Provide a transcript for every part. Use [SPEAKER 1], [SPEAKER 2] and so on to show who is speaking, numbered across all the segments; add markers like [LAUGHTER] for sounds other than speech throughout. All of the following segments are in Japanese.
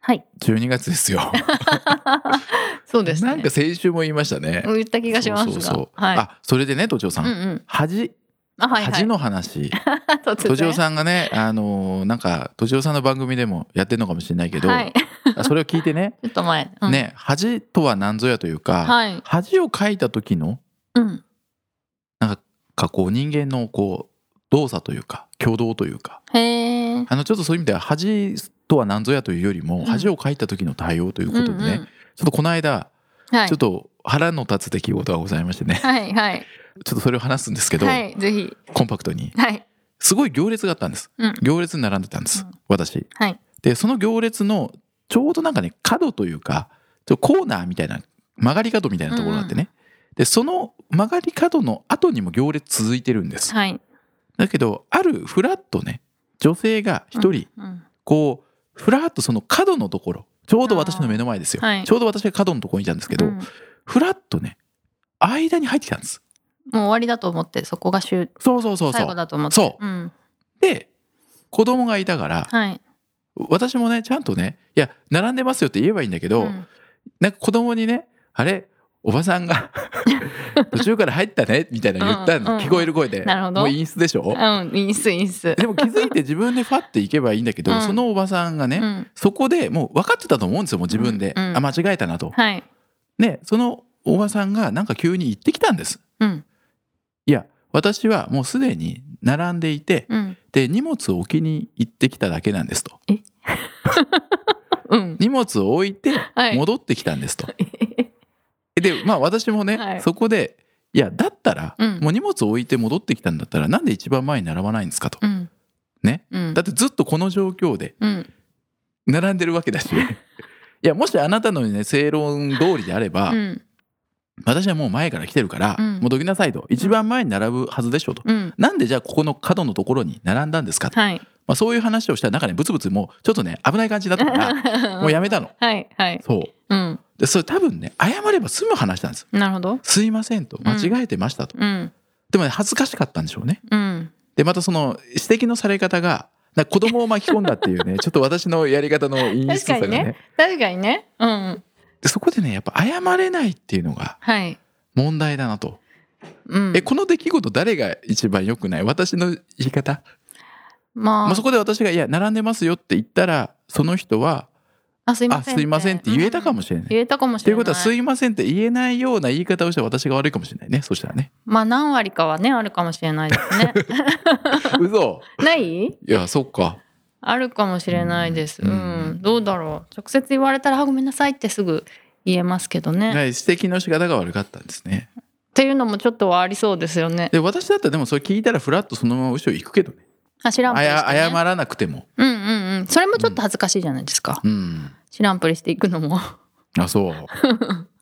[SPEAKER 1] はい
[SPEAKER 2] 12月ですよ
[SPEAKER 1] [LAUGHS] そうですね
[SPEAKER 2] なんか先週も言いましたね
[SPEAKER 1] 言った気がしますが
[SPEAKER 2] そうそうそう
[SPEAKER 1] はい
[SPEAKER 2] あそれでね都庁さん、
[SPEAKER 1] うんうん
[SPEAKER 2] 恥
[SPEAKER 1] あはいはい
[SPEAKER 2] 恥
[SPEAKER 1] [LAUGHS]
[SPEAKER 2] の話
[SPEAKER 1] 突
[SPEAKER 2] 都
[SPEAKER 1] 然
[SPEAKER 2] 庁さんがねあのーなんか都庁さんの番組でもやってるのかもしれないけど、
[SPEAKER 1] はい、ち
[SPEAKER 2] あそれを聞い
[SPEAKER 1] [LAUGHS]
[SPEAKER 2] てね
[SPEAKER 1] ょっと前、うん、
[SPEAKER 2] ね恥とは何ぞやというか、
[SPEAKER 1] はい
[SPEAKER 2] 恥をかいた時の
[SPEAKER 1] うん
[SPEAKER 2] かこう人間のこう動作というか挙動というか
[SPEAKER 1] へえ
[SPEAKER 2] あのちょっとそういう意味では恥とは何ぞやというよりも
[SPEAKER 1] ん
[SPEAKER 2] 恥をかいた時の対応ということでね、
[SPEAKER 1] うんうん
[SPEAKER 2] ちょっとこの間、
[SPEAKER 1] はい
[SPEAKER 2] ちょっと腹の立つ出来事がございましてね
[SPEAKER 1] はいはい
[SPEAKER 2] ちょっとそれを話すんですけど、
[SPEAKER 1] はいぜひ
[SPEAKER 2] コンパクトに
[SPEAKER 1] はい
[SPEAKER 2] すごい行列があったんです、
[SPEAKER 1] うん
[SPEAKER 2] 行列に並んでたんです、
[SPEAKER 1] うん
[SPEAKER 2] 私
[SPEAKER 1] はい
[SPEAKER 2] でその行列のちょうどなんかね角というかちょっとコーナーみたいな曲がり角みたいなところがあってね、でその曲がり角の後にも行列続いてるんです
[SPEAKER 1] はい
[SPEAKER 2] だけどあるフラッとね女性が一人
[SPEAKER 1] うん
[SPEAKER 2] こうフラッとその角のところちょうど私の目の前ですよ、
[SPEAKER 1] あーはい
[SPEAKER 2] ちょうど私が角のところにいたんですけど、
[SPEAKER 1] うんも
[SPEAKER 2] フラッとね間に入ってきたんです
[SPEAKER 1] う終わりだと思ってそこが終
[SPEAKER 2] そうそうそうそ
[SPEAKER 1] 最後
[SPEAKER 2] う
[SPEAKER 1] だと思って
[SPEAKER 2] そう
[SPEAKER 1] うん
[SPEAKER 2] で子供がいたから
[SPEAKER 1] はい
[SPEAKER 2] 私もねちゃんとねいや並んでますよって言えばいいんだけど、
[SPEAKER 1] うん
[SPEAKER 2] なんか子供にねあれおばさ
[SPEAKER 1] [LAUGHS]
[SPEAKER 2] んが途中から入ったねみたいな言った
[SPEAKER 1] うん
[SPEAKER 2] の
[SPEAKER 1] うん
[SPEAKER 2] 聞こえる声で
[SPEAKER 1] なるほど
[SPEAKER 2] もう陰湿でしょ
[SPEAKER 1] うんいいっすいいっす
[SPEAKER 2] でも気づいて自分でファって行けばいいんだけど、
[SPEAKER 1] うん
[SPEAKER 2] そのおばさんがね、
[SPEAKER 1] うん
[SPEAKER 2] そこでもう分かってたと思うんですよ、もう自分で。
[SPEAKER 1] うんうん
[SPEAKER 2] あ、間違えたなと。
[SPEAKER 1] はい
[SPEAKER 2] ね、そのおばさんがなんか急に言ってきたんです。
[SPEAKER 1] うん
[SPEAKER 2] いや、私はもうすでに並んでいて、
[SPEAKER 1] うん
[SPEAKER 2] で、荷物を置きに行ってきただけなんですと。
[SPEAKER 1] うん
[SPEAKER 2] 荷物を置いて
[SPEAKER 1] はい
[SPEAKER 2] 戻ってきたんですと。で、まあ私もね、
[SPEAKER 1] はい
[SPEAKER 2] そこで、いや、だったら、
[SPEAKER 1] うん
[SPEAKER 2] もう荷物を置いて戻ってきたんだったら、なんで一番前に並ばないんですかと。
[SPEAKER 1] うん
[SPEAKER 2] ね
[SPEAKER 1] うん
[SPEAKER 2] だってずっとこの状況で
[SPEAKER 1] うん
[SPEAKER 2] 並んでるわ
[SPEAKER 1] [LAUGHS]
[SPEAKER 2] けだし。いや、もしあなたのね、正論通りであれば、
[SPEAKER 1] うん
[SPEAKER 2] 私はもう前から来てるから、
[SPEAKER 1] うん
[SPEAKER 2] 戻りなさいと一番前に並ぶはずでしょと、
[SPEAKER 1] うん
[SPEAKER 2] なんでじゃあここの角のところに並んだんですかと、
[SPEAKER 1] はい
[SPEAKER 2] まあ、そういう話をしたら中でブツブツもうちょっとね危ない感じになったからもうやめたの
[SPEAKER 1] [LAUGHS] はいはい
[SPEAKER 2] そ
[SPEAKER 1] う
[SPEAKER 2] う
[SPEAKER 1] ん
[SPEAKER 2] でそれ多分ね謝れば済む話なんです
[SPEAKER 1] なるほど
[SPEAKER 2] すいませんと間違えてましたと、
[SPEAKER 1] うん
[SPEAKER 2] でもね恥ずかしかったんでしょうね
[SPEAKER 1] うん
[SPEAKER 2] でまたその指摘のされ方がなんか子供を巻き込んだってい
[SPEAKER 1] [LAUGHS]
[SPEAKER 2] うねちょっと私のやり方の陰湿さが
[SPEAKER 1] 確か
[SPEAKER 2] ね
[SPEAKER 1] に確かにねうん
[SPEAKER 2] でそこでねやっぱ謝れないっていうのが
[SPEAKER 1] はい
[SPEAKER 2] 問題だなと、
[SPEAKER 1] うん
[SPEAKER 2] えこの出来事誰が一番良くない私の言い方
[SPEAKER 1] まあ、
[SPEAKER 2] まあ、そこで私が「いや並んでますよ」って言ったらその人は
[SPEAKER 1] あすい
[SPEAKER 2] 「あ
[SPEAKER 1] ません
[SPEAKER 2] すいません」って言えたかも
[SPEAKER 1] し
[SPEAKER 2] しれない。
[SPEAKER 1] 言えたかもし
[SPEAKER 2] とい
[SPEAKER 1] れ
[SPEAKER 2] う
[SPEAKER 1] ない
[SPEAKER 2] ことは「すいません」って言えないような言い方をした私が悪いかもしれないねそした
[SPEAKER 1] [LAUGHS]
[SPEAKER 2] らね。
[SPEAKER 1] まあ何割かはねあるかもしれないです
[SPEAKER 2] [LAUGHS]
[SPEAKER 1] ね
[SPEAKER 2] 嘘
[SPEAKER 1] ない
[SPEAKER 2] いやそっか
[SPEAKER 1] あるかもしれないですう、
[SPEAKER 2] うんん
[SPEAKER 1] どうだろう直接言われたらあごめんなさいってすぐ言えますけどね、っ
[SPEAKER 2] はい指摘の仕方が悪かったんですね。
[SPEAKER 1] ていうのもちょっとはありそうですよね
[SPEAKER 2] で私だったらでもそれ聞いたらふらっとそのまま後ろ行くけどね
[SPEAKER 1] あ知らんぷ
[SPEAKER 2] あ
[SPEAKER 1] りし
[SPEAKER 2] や
[SPEAKER 1] て、ね、
[SPEAKER 2] 謝らなくても。
[SPEAKER 1] うんうんうんそれもちょっと恥ずかしいじゃないですか、
[SPEAKER 2] うん
[SPEAKER 1] 知らんぷりしていくのも [LAUGHS]
[SPEAKER 2] あそう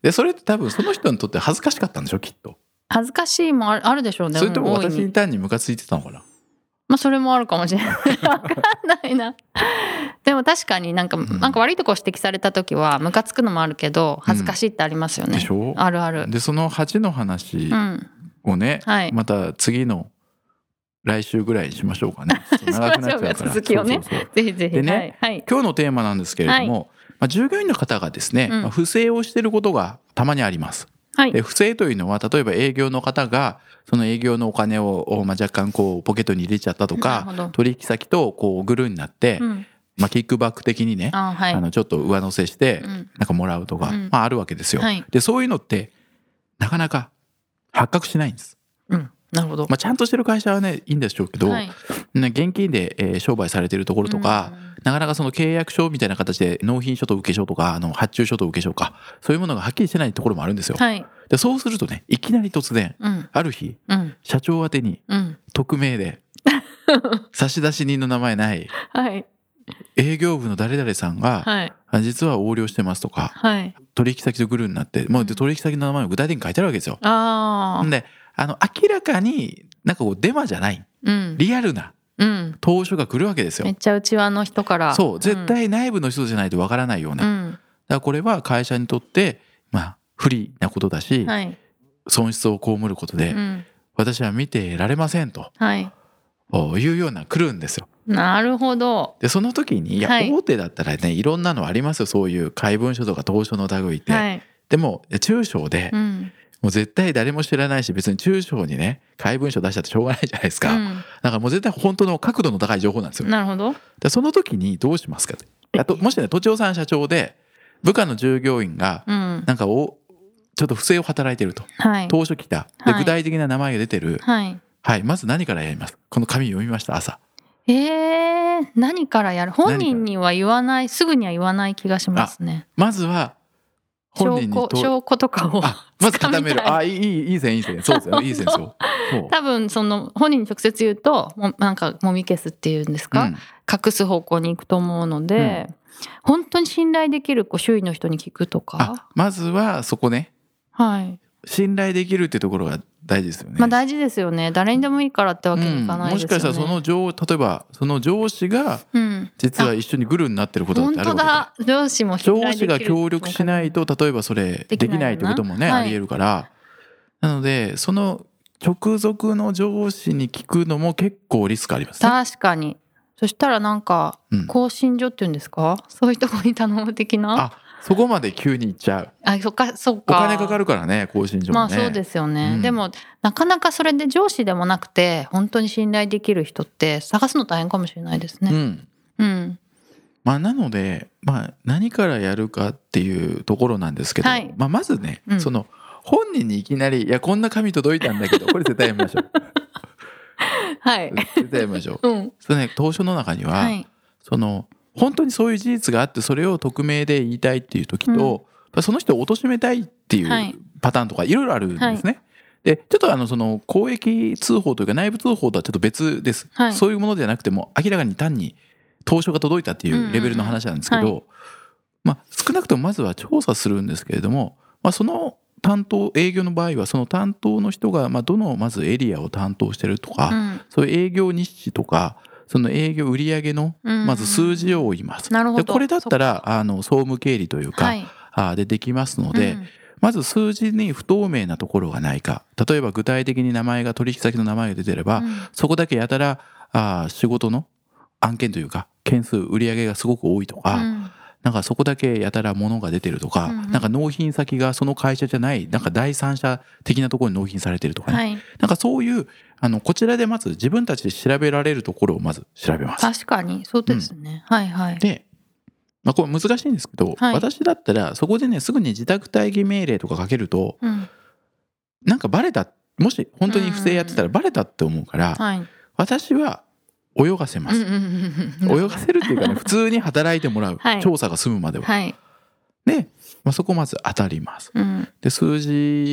[SPEAKER 2] でそれって多分その人にとって恥ずかしかったんでしょきっと
[SPEAKER 1] 恥ずかしいもあるあるでしょうね
[SPEAKER 2] それとも
[SPEAKER 1] 大い
[SPEAKER 2] 私
[SPEAKER 1] に
[SPEAKER 2] に単にムカついてたのかな
[SPEAKER 1] まあそれもあるかもしれない。
[SPEAKER 2] [LAUGHS]
[SPEAKER 1] わかんないな。でも確かになんか、
[SPEAKER 2] ん
[SPEAKER 1] なんか悪いとこ指摘された時はムカつくのもあるけど恥ずかしいってありますよね。
[SPEAKER 2] でしょ
[SPEAKER 1] あるある。
[SPEAKER 2] でその恥の話
[SPEAKER 1] うん。
[SPEAKER 2] をね、
[SPEAKER 1] はい
[SPEAKER 2] また次の来週ぐらいにしましょうかね。ちょっと長くなっちゃ
[SPEAKER 1] [LAUGHS] しましょ
[SPEAKER 2] うか。
[SPEAKER 1] うから続きをね
[SPEAKER 2] そうそうそう
[SPEAKER 1] ぜひぜひ。
[SPEAKER 2] でね
[SPEAKER 1] はい。
[SPEAKER 2] 今日のテーマなんですけれども、まあ、従業員の方がですね、
[SPEAKER 1] うん
[SPEAKER 2] まあ不正をしていることがたまにあります。
[SPEAKER 1] はい。は
[SPEAKER 2] で
[SPEAKER 1] い。
[SPEAKER 2] 不正というのは例えば営業の方がその営業のお金を、おまあ、若干こうポケットに入れちゃったと
[SPEAKER 1] なるほど
[SPEAKER 2] か取引先とこうグルーになって、
[SPEAKER 1] うん。
[SPEAKER 2] まあ、キックバック的にねあ、
[SPEAKER 1] あはい。
[SPEAKER 2] のちょっと上乗せして
[SPEAKER 1] うん。
[SPEAKER 2] なんかもらうとか、
[SPEAKER 1] うん
[SPEAKER 2] まあ、あるわけですよ。
[SPEAKER 1] はい
[SPEAKER 2] でそういうのってなかなか発覚しないんです。
[SPEAKER 1] うん。なるほど。
[SPEAKER 2] まあ、ちゃんとしてる会社はねいいんでしょうけど、
[SPEAKER 1] はい。
[SPEAKER 2] ね、現金で、えー商売されてるところとか、なかなかその契約書みたいな形で納品書と受け書とかあの発注書と受け書かそういうものがはっきりしてないところもあるんですよ。
[SPEAKER 1] はい。
[SPEAKER 2] でそうするとねいきなり突然
[SPEAKER 1] うん。
[SPEAKER 2] ある日
[SPEAKER 1] うん。
[SPEAKER 2] 社長宛てに
[SPEAKER 1] うん。
[SPEAKER 2] 匿
[SPEAKER 1] [LAUGHS]
[SPEAKER 2] 名で差出人の名前ない
[SPEAKER 1] はい。
[SPEAKER 2] 営業部の誰々さんが
[SPEAKER 1] はい。
[SPEAKER 2] あ実は横領してますとか
[SPEAKER 3] はい。
[SPEAKER 2] 取引先とグルーになってもうで取引先の名前を具体的に書いてあるわけですよ。
[SPEAKER 3] ああ。
[SPEAKER 2] であの明らかになんかこうデマじゃない
[SPEAKER 3] うん。
[SPEAKER 2] リアルな
[SPEAKER 3] うん。
[SPEAKER 2] 投書が来るわけです
[SPEAKER 3] め
[SPEAKER 2] よ
[SPEAKER 3] っ。ちゃうちわの人から。
[SPEAKER 2] そう絶対内部の人じゃないとわからないよう
[SPEAKER 3] う
[SPEAKER 2] な。だか
[SPEAKER 3] ん。
[SPEAKER 2] らこれは会社にとってまあ不利なことだ
[SPEAKER 3] う
[SPEAKER 2] し
[SPEAKER 3] ん。はい。
[SPEAKER 2] 損失を被ること
[SPEAKER 3] う
[SPEAKER 2] で
[SPEAKER 3] ん。
[SPEAKER 2] 私は見てられませんと
[SPEAKER 3] はい。
[SPEAKER 2] いうような来るんですよ。
[SPEAKER 3] なるほど。
[SPEAKER 2] でその時にいや
[SPEAKER 3] はい
[SPEAKER 2] 大手だったらねいろんなのありますよそういう怪文書とか投書の類って。
[SPEAKER 3] はい。
[SPEAKER 2] でも中小で
[SPEAKER 3] うん。
[SPEAKER 2] もう絶対誰も知らないし別に中小にね怪文書出したってしょうがないじゃないです
[SPEAKER 3] う
[SPEAKER 2] か、
[SPEAKER 3] ん
[SPEAKER 2] だからもう絶対本当の角度の高い情報なんですよ、だか
[SPEAKER 3] なるほど。
[SPEAKER 2] らその時にどうしますかあともしね都庁さん社長で部下の従業員が
[SPEAKER 3] うん。
[SPEAKER 2] なんかおちょっと不正を働いてると
[SPEAKER 3] はい。
[SPEAKER 2] 当初来たで
[SPEAKER 3] はい
[SPEAKER 2] 具体的な名前が出てる
[SPEAKER 3] はい。
[SPEAKER 2] はいまず何からやりますこの紙読みました朝
[SPEAKER 3] えー、何からやる
[SPEAKER 2] から
[SPEAKER 3] 本人には言わないすぐには言わない気がしますね
[SPEAKER 2] まずは本
[SPEAKER 3] 証
[SPEAKER 2] 人に
[SPEAKER 3] 拠
[SPEAKER 2] と
[SPEAKER 3] 証拠とかを
[SPEAKER 2] あまず固め
[SPEAKER 3] 掴み
[SPEAKER 2] る
[SPEAKER 3] たい
[SPEAKER 2] あいいいいいい線いい線そうですよいい線ですよそう
[SPEAKER 3] 多分その本人に直接言うともうなんかもみ消すっていうんですか、
[SPEAKER 2] うん
[SPEAKER 3] 隠す方向に行くと思うので、本当に信頼できるこう周囲の人に聞くと
[SPEAKER 2] あ
[SPEAKER 3] か
[SPEAKER 2] まずはそこね
[SPEAKER 3] はい
[SPEAKER 2] 信頼できるってところが大事ですよね。
[SPEAKER 3] まあ大事ですよね誰にでもいいからってわけにいかな
[SPEAKER 2] も
[SPEAKER 3] いです
[SPEAKER 2] し
[SPEAKER 3] よね、
[SPEAKER 2] かしたらその上例えばその上司が
[SPEAKER 3] うん
[SPEAKER 2] 実は一緒にグルになってることだっ
[SPEAKER 3] 本
[SPEAKER 2] てある
[SPEAKER 3] 当
[SPEAKER 2] わ
[SPEAKER 3] だ上司も
[SPEAKER 2] けで上
[SPEAKER 3] 信頼でき
[SPEAKER 2] 司
[SPEAKER 3] る
[SPEAKER 2] が協力しないと例えばそれで
[SPEAKER 3] でき
[SPEAKER 2] き
[SPEAKER 3] ないよ
[SPEAKER 2] ないというこ
[SPEAKER 3] な
[SPEAKER 2] ともね
[SPEAKER 3] はい
[SPEAKER 2] ありえるからなのでその直属の上司に聞くのも結構リスクありますね。
[SPEAKER 3] 確かにそしたらなんか
[SPEAKER 2] うん
[SPEAKER 3] 更新所っていうんですか、そういうとこに頼む的な
[SPEAKER 2] あそこまで急に行っちゃう
[SPEAKER 3] あそっかそっ
[SPEAKER 2] お
[SPEAKER 3] か
[SPEAKER 2] 金かかるからね更新上もね。
[SPEAKER 3] まあそうですよね、
[SPEAKER 2] うん
[SPEAKER 3] でもなかなかそれで上司でもなくて本当に信頼できる人って探すの大変かもしれないです
[SPEAKER 2] う
[SPEAKER 3] ね
[SPEAKER 2] ん
[SPEAKER 3] うん、
[SPEAKER 2] まあ、なので、まあ、何からやるかっていうところなんですけど、
[SPEAKER 3] はい
[SPEAKER 2] まあ、まずね、
[SPEAKER 3] うん
[SPEAKER 2] その本人にいきなり「いやこんな紙届いたんだけどこれ絶対やめまし
[SPEAKER 3] [LAUGHS]
[SPEAKER 2] ょう
[SPEAKER 3] はい
[SPEAKER 2] 絶対やめましょう
[SPEAKER 3] うん」
[SPEAKER 2] そのね当初の中には、
[SPEAKER 3] はい
[SPEAKER 2] その本当にそういう事実があってそれを匿名で言いたいっていう時と、
[SPEAKER 3] うん
[SPEAKER 2] やっぱその人を貶めたいってい
[SPEAKER 3] はいう
[SPEAKER 2] パターンとかいろいろあるんですね。でちょっとあのその公益通報というか内部通報とはちょっと別です、
[SPEAKER 3] はい
[SPEAKER 2] そういうものじゃなくても明らかに単に投書が届いたってい
[SPEAKER 3] んうんう
[SPEAKER 2] うんうレベルの話なんですけど、
[SPEAKER 3] は
[SPEAKER 2] まあ、少なくともまずは調査するんですけれども、まあ、その担当営業の場合はその担当の人がまあどのまずエリアを担当してるとか、
[SPEAKER 3] うん
[SPEAKER 2] そういう営業日誌とかその営業売上の
[SPEAKER 3] うん
[SPEAKER 2] まず数字を追います。
[SPEAKER 3] なるほど
[SPEAKER 2] でこれだったらあの総務経理というか、
[SPEAKER 3] はい
[SPEAKER 2] あでできますので、
[SPEAKER 3] うん
[SPEAKER 2] まず数字に不透明なところがないか例えば具体的に名前が取引先の名前が出てれば、
[SPEAKER 3] うん
[SPEAKER 2] そこだけやたらあ仕事の案件というか件数売上がすごく多いとか、
[SPEAKER 3] うん
[SPEAKER 2] なんかそこだけやたら物が出てるとか、
[SPEAKER 3] うんうん
[SPEAKER 2] なんか納品先がその会社じゃないなんか第三者的なところに納品されてるとかね、
[SPEAKER 3] はい
[SPEAKER 2] なんかそういうあのこちらでまず自分たちで調べられるところをまず調べます。
[SPEAKER 3] 確かにそうですね、はいはい
[SPEAKER 2] で、まあ、これ難しいんですけど、
[SPEAKER 3] はい
[SPEAKER 2] 私だったらそこでねすぐに自宅待機命令とかかけると
[SPEAKER 3] うん
[SPEAKER 2] なんかバレたもし本当に不正やってたらバレたって思うから、
[SPEAKER 3] はい
[SPEAKER 2] 私は泳がせま
[SPEAKER 3] うん
[SPEAKER 2] す
[SPEAKER 3] う。んうんうん
[SPEAKER 2] 泳がせるってい
[SPEAKER 3] [LAUGHS]
[SPEAKER 2] うかね普通に働いてもらう、
[SPEAKER 3] はい
[SPEAKER 2] 調査が済むまでは。
[SPEAKER 3] はい
[SPEAKER 2] で、まあ、そこまず当たります。
[SPEAKER 3] うん
[SPEAKER 2] で数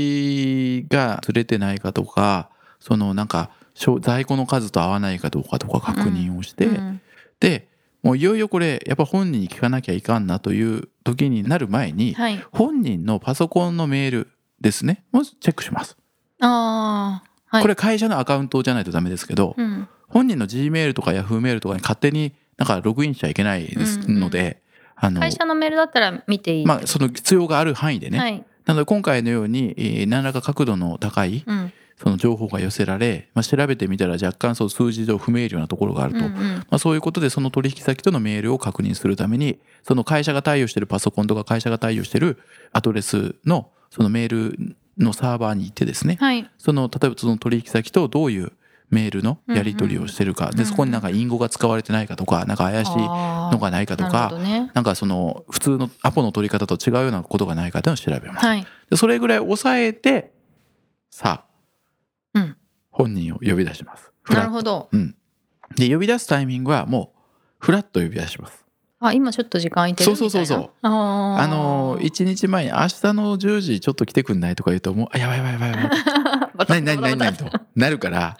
[SPEAKER 2] 字がずれてないかとかそのなんかしょ在庫の数と合わないかどうかとか確認をして、
[SPEAKER 3] うん
[SPEAKER 2] でもういよいよこれやっぱ本人に聞かなきゃいかんなという時になる前に、
[SPEAKER 3] はい
[SPEAKER 2] 本人のパソコンのメールですねまずチェックします、
[SPEAKER 3] ああはい
[SPEAKER 2] これ会社のアカウントじゃないとダメですけど、
[SPEAKER 3] うん
[SPEAKER 2] 本人の G メールとか Yahoo メールとかに勝手になんかログインしちゃいけないです
[SPEAKER 3] うんうん
[SPEAKER 2] ので、あの
[SPEAKER 3] 会社のメールだったら見ていい、
[SPEAKER 2] まあその必要がある範囲でね、
[SPEAKER 3] はい
[SPEAKER 2] なので今回のように、えー何らか角度の高い
[SPEAKER 3] うん
[SPEAKER 2] その情報が寄せられ、まあ、調べてみたら若干そう数字上不明瞭なところがある
[SPEAKER 3] う
[SPEAKER 2] と、
[SPEAKER 3] んうん
[SPEAKER 2] まあ、そういうことでその取引先とのメールを確認するためにその会社が対応してるパソコンとか会社が対応してるアドレスのそのメールのサーバーに行ってですね
[SPEAKER 3] はい
[SPEAKER 2] その例えばその取引先とどういうメールのやり取りをしてるか、
[SPEAKER 3] うんう
[SPEAKER 2] で
[SPEAKER 3] ん
[SPEAKER 2] そこになんか隠語が使われてないかとかなんか怪しいの
[SPEAKER 3] の
[SPEAKER 2] がないかと
[SPEAKER 3] なるほ
[SPEAKER 2] か
[SPEAKER 3] どね
[SPEAKER 2] なんかその普通のアポの取り方と違うようなことがないかというのを調べます。
[SPEAKER 3] はい
[SPEAKER 2] でそれぐらい抑えてさあ、
[SPEAKER 3] うん
[SPEAKER 2] 本人を呼び出します。フ
[SPEAKER 3] な
[SPEAKER 2] ラ
[SPEAKER 3] る
[SPEAKER 2] ッ
[SPEAKER 3] ほど
[SPEAKER 2] うん、で呼び出すタイミングはもうフラッと呼び出します。
[SPEAKER 3] あ今ちょっと時間空いてる
[SPEAKER 2] そうそうそうそう
[SPEAKER 3] みたいなあー
[SPEAKER 2] あの1日前に明日の10時ちょっと来てくんないとか言うともうあやばいやばいやばい
[SPEAKER 3] [LAUGHS]
[SPEAKER 2] やばい
[SPEAKER 3] バタ
[SPEAKER 2] 何
[SPEAKER 3] バタ
[SPEAKER 2] 何何
[SPEAKER 3] バタバ
[SPEAKER 2] 何
[SPEAKER 3] タ
[SPEAKER 2] となるから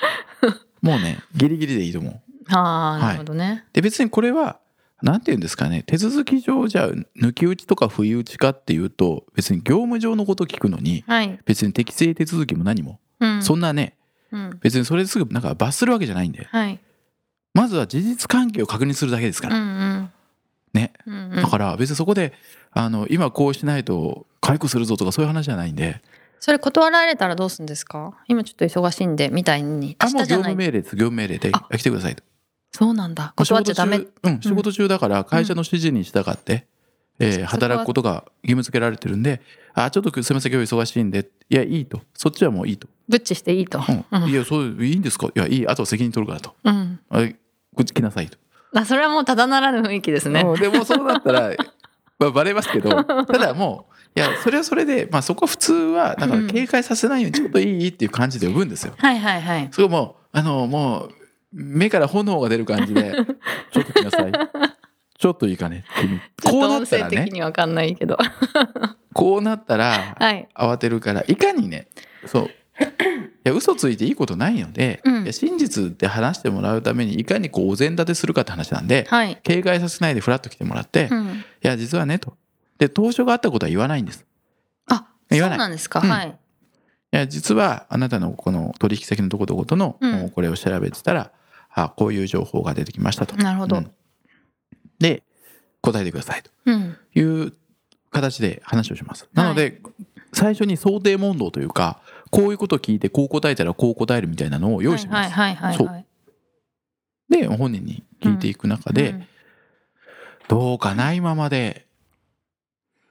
[SPEAKER 2] もうねギリギリでいいと思う。
[SPEAKER 3] あーなるほどね
[SPEAKER 2] で別にこれはなんていうんですかね手続き上じゃ抜き打ちとか不意打ちかっていうと別に業務上のこと聞くのに
[SPEAKER 3] はい。
[SPEAKER 2] 別に適正手続きも何も、
[SPEAKER 3] うん。
[SPEAKER 2] そんなね
[SPEAKER 3] うん。
[SPEAKER 2] 別にそれですぐなんか罰するわけじゃないんで
[SPEAKER 3] はい。
[SPEAKER 2] まずは事実関係を確認するだけですか
[SPEAKER 3] うんう
[SPEAKER 2] ら、
[SPEAKER 3] ん。
[SPEAKER 2] ね
[SPEAKER 3] うんうん
[SPEAKER 2] だから別にそこであの今こうしないと解雇するぞとかそういう話じゃないんで
[SPEAKER 3] それ断られたらどうするんですか今ちょっと忙しいんでみたいに
[SPEAKER 2] あ
[SPEAKER 3] 明
[SPEAKER 2] もう
[SPEAKER 3] 日じ
[SPEAKER 2] 業
[SPEAKER 3] ゃな
[SPEAKER 2] 務
[SPEAKER 3] い
[SPEAKER 2] 命令です業務命令で
[SPEAKER 3] あ
[SPEAKER 2] 来てくださいと
[SPEAKER 3] そうなんだ断っちゃダメ
[SPEAKER 2] 仕事中うん、仕事中だから会社の指示に従って、えー
[SPEAKER 3] そ
[SPEAKER 2] 働くことが義務付けられてるんで「あちょっとすみません今日忙しいんで」「いやいい」と「そっちはもういい」と
[SPEAKER 3] ブッチしていい
[SPEAKER 2] 「
[SPEAKER 3] と
[SPEAKER 2] うん
[SPEAKER 3] うん
[SPEAKER 2] いやそういいんですかいやいいあとは責任取るから」と
[SPEAKER 3] うん
[SPEAKER 2] 「あこっち来なさい」と。
[SPEAKER 3] あそれはもうただならぬ雰囲気ですね
[SPEAKER 2] うんでもそうなった
[SPEAKER 3] [LAUGHS]
[SPEAKER 2] ら、まあ、バレますけどただもういやそれはそれで、まあ、そこは普通はだから警戒させないようにちょっといいっていう感じで呼ぶんですよ。
[SPEAKER 3] はいはいはい
[SPEAKER 2] それもうあのもう目から炎が出る感じ
[SPEAKER 3] [LAUGHS]
[SPEAKER 2] で「ちょっと来なさい」「ちょっといいかね」君
[SPEAKER 3] ちょっ
[SPEAKER 2] ことうな
[SPEAKER 3] 音
[SPEAKER 2] った
[SPEAKER 3] 声
[SPEAKER 2] ら
[SPEAKER 3] 的
[SPEAKER 2] ね
[SPEAKER 3] にわかんないけど
[SPEAKER 2] こうなったら
[SPEAKER 3] はい
[SPEAKER 2] 慌てるからいかにねそういや嘘ついていいことないので、
[SPEAKER 3] うん
[SPEAKER 2] いや真実で話してもらうためにいかにこうお膳立てするかって話なんで、
[SPEAKER 3] はい、
[SPEAKER 2] 警戒させないでフラッと来てもらって「
[SPEAKER 3] う
[SPEAKER 2] い
[SPEAKER 3] ん、
[SPEAKER 2] や実はね」と。で当初があったことは言わないんです。
[SPEAKER 3] あそう
[SPEAKER 2] 言わない
[SPEAKER 3] なんですか、
[SPEAKER 2] うん
[SPEAKER 3] はい
[SPEAKER 2] いや実はあなたのこの取引先のどこどことの、
[SPEAKER 3] うん
[SPEAKER 2] もうこれを調べてたらあこういう情報が出てきましたと。
[SPEAKER 3] なるほど
[SPEAKER 2] うんで答えてくださいと
[SPEAKER 3] うん
[SPEAKER 2] いう形で話をします。なので、最初に想定問答というかこういうことを聞いてこう答えたらこう答えるみたいなのを用意してます。
[SPEAKER 3] はいはいはいはいはい
[SPEAKER 2] で本人に聞いていく中で、
[SPEAKER 3] うん
[SPEAKER 2] どうかな今まで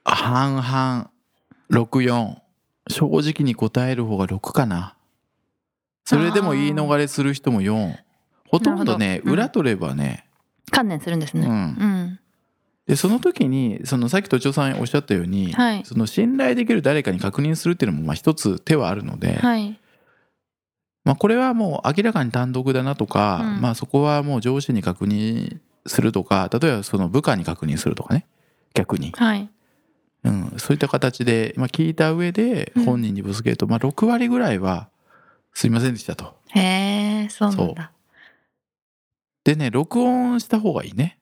[SPEAKER 2] 半々64正直に答える方が6かなそれでも言い逃れする人も4ほとんど
[SPEAKER 3] なる
[SPEAKER 2] ね
[SPEAKER 3] ほどうん
[SPEAKER 2] 裏取ればね、
[SPEAKER 3] 観念するんです
[SPEAKER 2] うん
[SPEAKER 3] ねうん
[SPEAKER 2] でその時にそのさっきとちおさんおっしゃったように、
[SPEAKER 3] はい
[SPEAKER 2] その信頼できる誰かに確認するっていうのもまあ一つ手はあるので、
[SPEAKER 3] はい
[SPEAKER 2] まあ、これはもう明らかに単独だなとか、
[SPEAKER 3] うん
[SPEAKER 2] まあ、そこはもう上司に確認するとか例えばその部下に確認するとかね逆に。
[SPEAKER 3] はい
[SPEAKER 2] うん、そういった形で、まあ、聞いた上で
[SPEAKER 3] うん
[SPEAKER 2] 本人にぶつけると、まあ、6割ぐらいは「すいませんでした」と。
[SPEAKER 3] へえそうなんだ
[SPEAKER 2] でね録音した方がいいね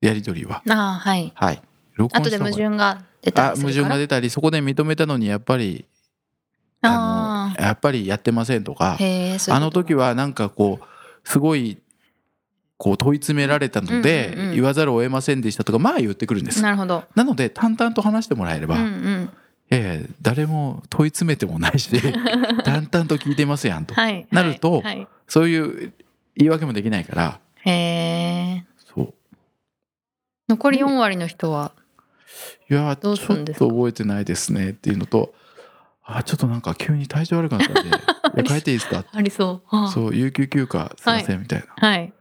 [SPEAKER 2] やり取りは。
[SPEAKER 3] あーはい
[SPEAKER 2] はい。録音
[SPEAKER 3] 後
[SPEAKER 2] し
[SPEAKER 3] で
[SPEAKER 2] た方が
[SPEAKER 3] 矛
[SPEAKER 2] いい
[SPEAKER 3] 盾が出た
[SPEAKER 2] あ
[SPEAKER 3] りす
[SPEAKER 2] 矛
[SPEAKER 3] る
[SPEAKER 2] 盾
[SPEAKER 3] から
[SPEAKER 2] が出たりそこで認めたのにやっぱりあ
[SPEAKER 3] あ
[SPEAKER 2] のやっぱりやってませんとか
[SPEAKER 3] ーへえそう
[SPEAKER 2] あ
[SPEAKER 3] いう
[SPEAKER 2] の
[SPEAKER 3] こと
[SPEAKER 2] 時はなんかこうすごいこう問い詰められたので、
[SPEAKER 3] うんうんうん
[SPEAKER 2] 言わざるを得ませんでしたとかまあ言ってくるんです。な
[SPEAKER 3] なるほど
[SPEAKER 2] ので淡々と話してもらえれば、
[SPEAKER 3] うんう
[SPEAKER 2] い
[SPEAKER 3] ん
[SPEAKER 2] やいや誰も問い詰めても
[SPEAKER 3] [LAUGHS]
[SPEAKER 2] ないし淡々と聞いてますやんと、
[SPEAKER 3] はい、
[SPEAKER 2] なると
[SPEAKER 3] はいはい
[SPEAKER 2] そういう言い訳もできないから
[SPEAKER 3] へえ
[SPEAKER 2] そう
[SPEAKER 3] 残り4割の人は、
[SPEAKER 2] いやち
[SPEAKER 3] ど
[SPEAKER 2] ょ
[SPEAKER 3] う
[SPEAKER 2] っ
[SPEAKER 3] するんですか
[SPEAKER 2] と覚えてないですねっていうのとあちょっとなんか急に体調悪くなったんでいや帰っていいですか
[SPEAKER 3] ありそう。 [LAUGHS] はあ
[SPEAKER 2] そう有給休暇すいませんみたいな、
[SPEAKER 3] はい。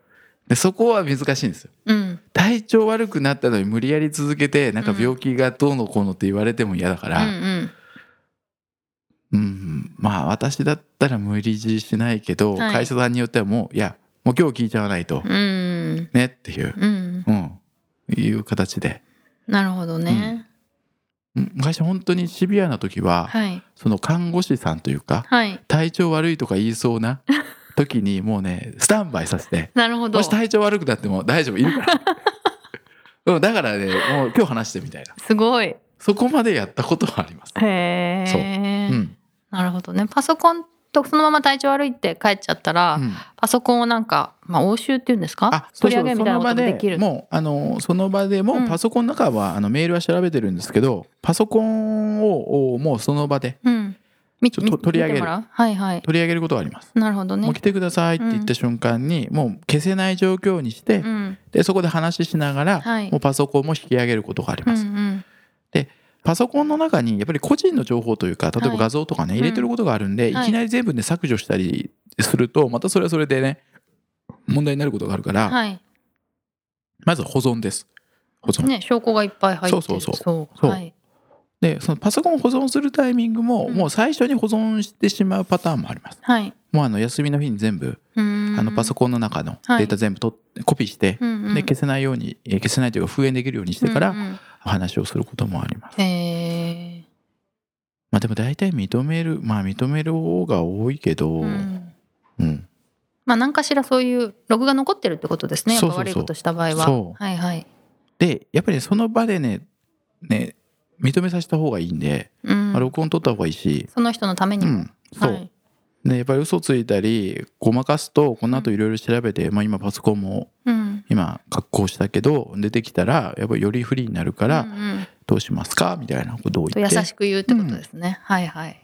[SPEAKER 2] でそこは難しいんですよ
[SPEAKER 3] うん。
[SPEAKER 2] 体調悪くなったのに無理やり続けてなんか病気がどうのこうのって言われても嫌だか
[SPEAKER 3] うんう
[SPEAKER 2] ら、うん
[SPEAKER 3] ん。
[SPEAKER 2] まあ私だったら無理強いしないけど、
[SPEAKER 3] はい
[SPEAKER 2] 会社さんによってはもういやもう今日聞いちゃわないと、
[SPEAKER 3] うん。
[SPEAKER 2] ねっていう、
[SPEAKER 3] うん。
[SPEAKER 2] うん、いう形で
[SPEAKER 3] なるほどね。
[SPEAKER 2] うん昔本当にシビアな時は、
[SPEAKER 3] はい。
[SPEAKER 2] その看護師さんというか
[SPEAKER 3] はい。
[SPEAKER 2] 体調悪いとか言いそう
[SPEAKER 3] [LAUGHS]
[SPEAKER 2] な時にもうねスタンバイさせて
[SPEAKER 3] なるほど
[SPEAKER 2] もし。体調悪くなっても大丈夫いるから
[SPEAKER 3] [LAUGHS]
[SPEAKER 2] うんだからねもう今日話してみたいな
[SPEAKER 3] すごい。へ
[SPEAKER 2] そこまでやったことはあります。そ
[SPEAKER 3] え、
[SPEAKER 2] うん
[SPEAKER 3] なるほどね。パソコンとそのまま体調悪いって帰っちゃったら、
[SPEAKER 2] うん
[SPEAKER 3] パソコンをなんか、まあ、応酬っていうんですか
[SPEAKER 2] あそう
[SPEAKER 3] 取
[SPEAKER 2] そ
[SPEAKER 3] り上げ
[SPEAKER 2] う
[SPEAKER 3] み
[SPEAKER 2] そ
[SPEAKER 3] たいな
[SPEAKER 2] の
[SPEAKER 3] こと
[SPEAKER 2] 場
[SPEAKER 3] もでき
[SPEAKER 2] で
[SPEAKER 3] る。
[SPEAKER 2] もうあのその場でも
[SPEAKER 3] うん
[SPEAKER 2] うパソコンの中は、あのメールは調べてるんですけどパソコンをおもうその場で
[SPEAKER 3] うん。み
[SPEAKER 2] ちょっと
[SPEAKER 3] み
[SPEAKER 2] 取り上げる
[SPEAKER 3] 見てもらうはいはい。
[SPEAKER 2] 取り上げることはあります。
[SPEAKER 3] なるほどね
[SPEAKER 2] もう。来てくださいって言った瞬間に、もう消せない状況にして、
[SPEAKER 3] うん。
[SPEAKER 2] でそこで話ししながら、
[SPEAKER 3] はい
[SPEAKER 2] もうパソコンも引き上げることがあり
[SPEAKER 3] うんう
[SPEAKER 2] ます。
[SPEAKER 3] ん。
[SPEAKER 2] パソコンの中にやっぱり個人の情報というか例え
[SPEAKER 3] は
[SPEAKER 2] ば
[SPEAKER 3] い
[SPEAKER 2] 画像とかね、入れてることがあるんで、
[SPEAKER 3] んはい
[SPEAKER 2] いきなり全部で削除したりするとまたそれはそれでね問題になることがあるから、
[SPEAKER 3] はい。
[SPEAKER 2] まず保存です。保存。
[SPEAKER 3] ね、証拠がいっぱい入ってる。
[SPEAKER 2] そうそうそう
[SPEAKER 3] そう。
[SPEAKER 2] そう
[SPEAKER 3] はい。
[SPEAKER 2] でそのパソコンを保存するタイミングも、
[SPEAKER 3] うん
[SPEAKER 2] もう最初に保存してしまうパターンもあります
[SPEAKER 3] はい。
[SPEAKER 2] もうあの休みの日に全部、
[SPEAKER 3] あ
[SPEAKER 2] あのパソコンの中の
[SPEAKER 3] はい
[SPEAKER 2] データ全部取ってコピーして、
[SPEAKER 3] コン
[SPEAKER 2] で消せないようにえー消せないというか復元できるようにしてからお話をすることもあります、
[SPEAKER 3] へえ
[SPEAKER 2] まあでも大体認めるまあ認める方が多いけど、
[SPEAKER 3] ー
[SPEAKER 2] うん
[SPEAKER 3] うんまあ何かしらそういうログが残ってるってことですね。やっぱ
[SPEAKER 2] そうそうそう
[SPEAKER 3] 悪いことした場合は。
[SPEAKER 2] そう
[SPEAKER 3] はいはい。
[SPEAKER 2] でやっぱりねその場でねね認めさせた方がいいんで、
[SPEAKER 3] うん
[SPEAKER 2] まあ、録音取った方がいいし、
[SPEAKER 3] その人のために
[SPEAKER 2] う
[SPEAKER 3] も。
[SPEAKER 2] ん、そう、
[SPEAKER 3] はい
[SPEAKER 2] ねやっぱり嘘ついたりごまかすとこの後いろいろ調べて、まあ、今パソコンも
[SPEAKER 3] うん。
[SPEAKER 2] 今格好したけど出てきたらやっぱりより不利になるか
[SPEAKER 3] う
[SPEAKER 2] ら
[SPEAKER 3] んうん
[SPEAKER 2] どうしますかみたいなことを
[SPEAKER 3] と
[SPEAKER 2] 言
[SPEAKER 3] 優
[SPEAKER 2] って
[SPEAKER 3] しく言うってことですね。はいはい。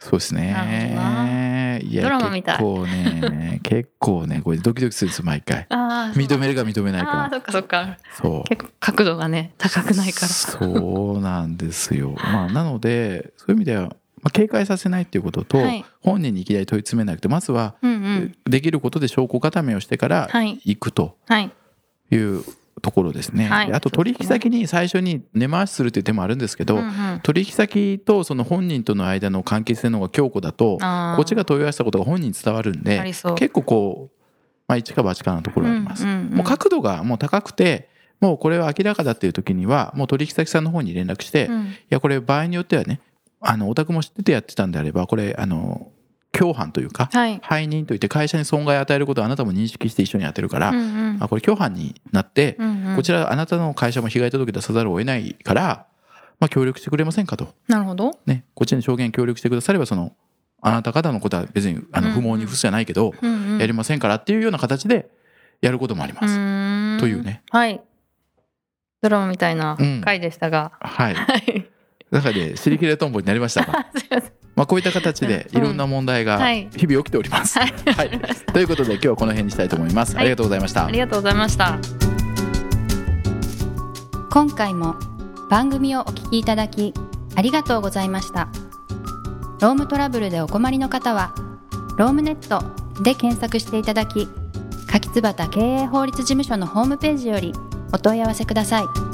[SPEAKER 2] そうです
[SPEAKER 3] な
[SPEAKER 2] ねいや
[SPEAKER 3] ドラマみたい
[SPEAKER 2] 結構ね結構ねこれドキドキするんです毎
[SPEAKER 3] [LAUGHS]
[SPEAKER 2] 回
[SPEAKER 3] ああ。
[SPEAKER 2] 認めるか認めない
[SPEAKER 3] ああ、
[SPEAKER 2] か
[SPEAKER 3] そっかそっか。
[SPEAKER 2] そう
[SPEAKER 3] 結構角度がね、高くないから。
[SPEAKER 2] そうなんですよ。まあ、なので、そういう意味では、まあ、警戒させないっていうことと、
[SPEAKER 3] はい
[SPEAKER 2] 本人にいきなり問い詰めなくて、まずは、
[SPEAKER 3] うんうん。
[SPEAKER 2] できることで証拠固めをしてから
[SPEAKER 3] はい
[SPEAKER 2] 行くと
[SPEAKER 3] はい。
[SPEAKER 2] いうところですね。
[SPEAKER 3] はい
[SPEAKER 2] であと、
[SPEAKER 3] そうで
[SPEAKER 2] 取
[SPEAKER 3] すね
[SPEAKER 2] 引先に最初に根回しするっていう手もあるんですけど、
[SPEAKER 3] うんうん
[SPEAKER 2] 取引先とその本人との間の関係性の方が強固だと、
[SPEAKER 3] あー
[SPEAKER 2] こっちが問い合わせたことが本人に伝わるんで
[SPEAKER 3] ありそう、
[SPEAKER 2] 結構こう、まあ、一か八かなところがあります。
[SPEAKER 3] うんうんうん
[SPEAKER 2] もう角度がもう高くて、もうこれは明らかだっていう時には、もう取引先さんの方に連絡して、
[SPEAKER 3] う
[SPEAKER 2] い
[SPEAKER 3] ん
[SPEAKER 2] や、これ場合によってはね、あの、お宅も知っててやってたんであれば、これ、あの、共犯というか、
[SPEAKER 3] はい。
[SPEAKER 2] 背任といって会社に損害を与えることをあなたも認識して一緒にやってるから、
[SPEAKER 3] うんうん
[SPEAKER 2] あこれ共犯になって、
[SPEAKER 3] うんうん
[SPEAKER 2] こちらあなたの会社も被害届出さざるを得ないから、まあ、協力してくれませんかと。
[SPEAKER 3] なるほど。
[SPEAKER 2] ね、こっちに証言協力してくだされば、その、あなた方のことは別に、あの、
[SPEAKER 3] うんう
[SPEAKER 2] 不
[SPEAKER 3] ん
[SPEAKER 2] 毛に付すじゃないけど、
[SPEAKER 3] うんうん。
[SPEAKER 2] やりませんからっていうような形でやることもありま
[SPEAKER 3] う
[SPEAKER 2] す。
[SPEAKER 3] ーん
[SPEAKER 2] というね。
[SPEAKER 3] はい。ドラマみたいな
[SPEAKER 2] うん
[SPEAKER 3] 回でしたが。
[SPEAKER 2] はい。
[SPEAKER 3] はい。 [LAUGHS]
[SPEAKER 2] だからね、尻切れトンボになりましたが、
[SPEAKER 3] すいません。
[SPEAKER 2] まあ、こういった形で
[SPEAKER 3] うん
[SPEAKER 2] いろんな問題が
[SPEAKER 3] はい
[SPEAKER 2] 日々起きております。
[SPEAKER 3] はい
[SPEAKER 2] はい。ということで、今日はこの辺にしたいと思います。
[SPEAKER 3] は
[SPEAKER 2] [LAUGHS] あ
[SPEAKER 3] い
[SPEAKER 2] りがとうございました
[SPEAKER 3] あ。りがとうございました。
[SPEAKER 1] 今回も番組をお聞きいただきありがとうございましたロームトラブルでお困りの方は「ロームネット」で検索していただき柿椿経営法律事務所のホームページよりお問い合わせください